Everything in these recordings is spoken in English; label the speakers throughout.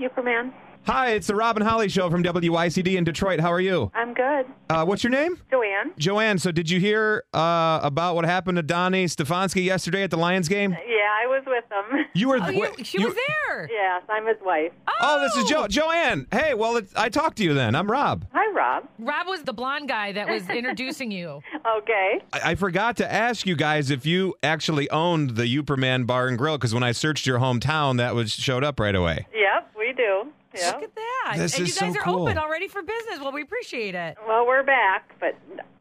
Speaker 1: Superman.
Speaker 2: Hi, it's the Robin Holly Show from WICD in Detroit. How are you?
Speaker 1: I'm good.
Speaker 2: Uh, what's your name?
Speaker 1: Joanne.
Speaker 2: Joanne, so did you hear uh, about what happened to Donnie Stefanski yesterday at the Lions game?
Speaker 1: Yeah, I was with them.
Speaker 2: You were.
Speaker 3: Oh, you, she was there.
Speaker 1: yes, I'm his wife.
Speaker 2: Oh, this is Jo Joanne. Hey, well, it's, I talked to you then. I'm Rob.
Speaker 1: Hi, Rob.
Speaker 3: Rob was the blonde guy that was introducing you.
Speaker 1: Okay.
Speaker 2: I, I forgot to ask you guys if you actually owned the Uperman Bar and Grill because when I searched your hometown, that was showed up right away.
Speaker 1: Yep, we do. Yeah.
Speaker 3: Look at that.
Speaker 2: This
Speaker 3: and
Speaker 2: is
Speaker 3: you guys
Speaker 2: so
Speaker 3: are
Speaker 2: cool.
Speaker 3: open already for business. Well, we appreciate it.
Speaker 1: Well, we're back, but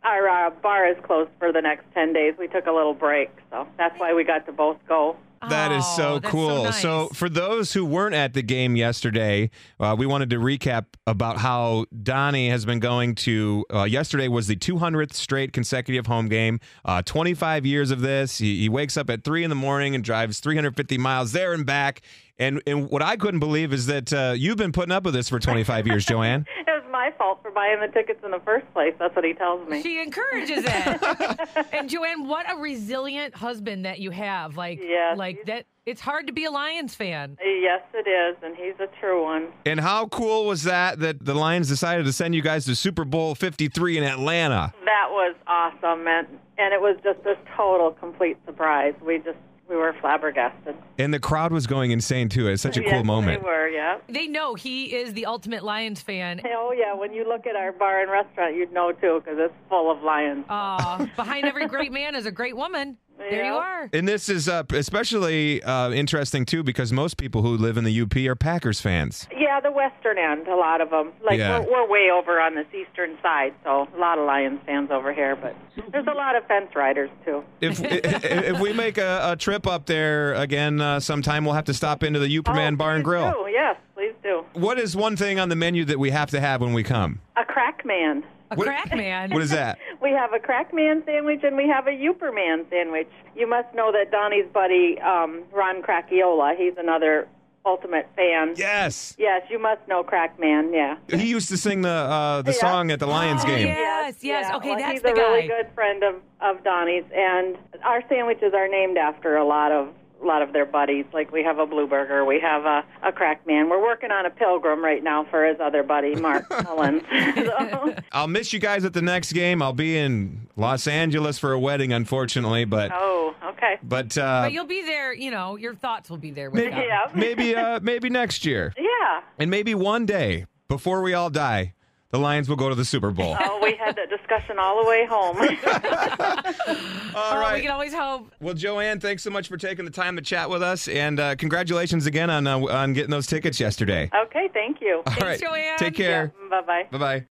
Speaker 1: our uh, bar is closed for the next 10 days. We took a little break, so that's why we got to both go.
Speaker 2: That is
Speaker 3: Oh,
Speaker 2: so
Speaker 3: that's
Speaker 2: cool.
Speaker 3: nice.
Speaker 2: for those who weren't at the game yesterday, uh, we wanted to recap about how Donnie has been going to. Uh, yesterday was the 200th straight consecutive home game. Uh, 25 years of this. He, he wakes up at three in the morning and drives 350 miles there and back. And and what I couldn't believe is that uh, you've been putting up with this for 25 years, Joanne.
Speaker 1: It was my fault for buying the tickets in the first place. That's what he tells me.
Speaker 3: she encourages it. and Joanne, what a resilient husband that you have. Like,
Speaker 1: Yes.
Speaker 3: like that. It's hard to be a Lions fan.
Speaker 1: Yes, it is, and he's a true one.
Speaker 2: And how cool was that that the Lions decided to send you guys to Super Bowl 53 in Atlanta?
Speaker 1: That was awesome, and and it was just a total, complete surprise. We just we were flabbergasted.
Speaker 2: And the crowd was going insane too. It's such a cool
Speaker 1: yes,
Speaker 2: moment.
Speaker 1: We were, yeah.
Speaker 3: They know he is the ultimate Lions fan.
Speaker 1: Oh yeah, when you look at our bar and restaurant, you'd know too, because it's full of lions.
Speaker 3: Uh, behind every great man is a great woman. There you
Speaker 1: Yeah.
Speaker 3: are.
Speaker 2: And this is uh, especially uh, interesting too because most people who live in the UP are Packers fans.
Speaker 1: Yeah, the western end, a lot of them. Like
Speaker 2: Yeah.
Speaker 1: we're, we're way over on this eastern side, so a lot of lions fans over here. But there's a lot of fence riders too.
Speaker 2: If if, if we make a, a trip up there again uh, sometime, we'll have to stop into the Uperman
Speaker 1: Oh,
Speaker 2: Bar and
Speaker 1: please
Speaker 2: Grill.
Speaker 1: do. Yes, please do.
Speaker 2: What is one thing on the menu that we have to have when we come?
Speaker 1: A crack man.
Speaker 3: A
Speaker 2: What-
Speaker 3: crack man.
Speaker 2: What is that?
Speaker 1: We have a crack man sandwich and we have a Uper man sandwich. You must know that Donnie's buddy um, Ron Crackiola. He's another ultimate fan.
Speaker 2: Yes,
Speaker 1: Yes, you must know Crack Man. Yeah.
Speaker 2: he used to sing the uh, the
Speaker 1: Yeah.
Speaker 2: song at the Lions
Speaker 3: Oh,
Speaker 2: game.
Speaker 3: yeah. Yes, yes. Okay,
Speaker 1: well,
Speaker 3: that's
Speaker 1: he's
Speaker 3: the
Speaker 1: a really
Speaker 3: guy.
Speaker 1: good friend of of Donnie's, and our sandwiches are named after a lot of a lot of their buddies. Like we have a Blue Burger, we have a a Crack Man. We're working on a Pilgrim right now for his other buddy Mark Mullins. So,
Speaker 2: I'll miss you guys at the next game. I'll be in Los Angeles for a wedding, unfortunately, but
Speaker 1: oh, okay.
Speaker 2: but, uh,
Speaker 3: But you'll be there. You know, your thoughts will be there with
Speaker 2: Maybe-
Speaker 3: them.
Speaker 1: Yeah.
Speaker 2: maybe uh, maybe next year.
Speaker 1: Yeah.
Speaker 2: And maybe one day, before we all die, the Lions will go to the Super Bowl.
Speaker 1: Oh, we had that discussion all the way home.
Speaker 2: all
Speaker 3: Oh, We
Speaker 2: right.
Speaker 3: can always hope.
Speaker 2: Well, Joanne, thanks so much for taking the time to chat with us, and uh, congratulations again on uh, on getting those tickets yesterday.
Speaker 1: okay, thank you.
Speaker 2: All right.
Speaker 3: Joanne.
Speaker 2: Take care.
Speaker 1: Bye bye.
Speaker 2: Bye bye.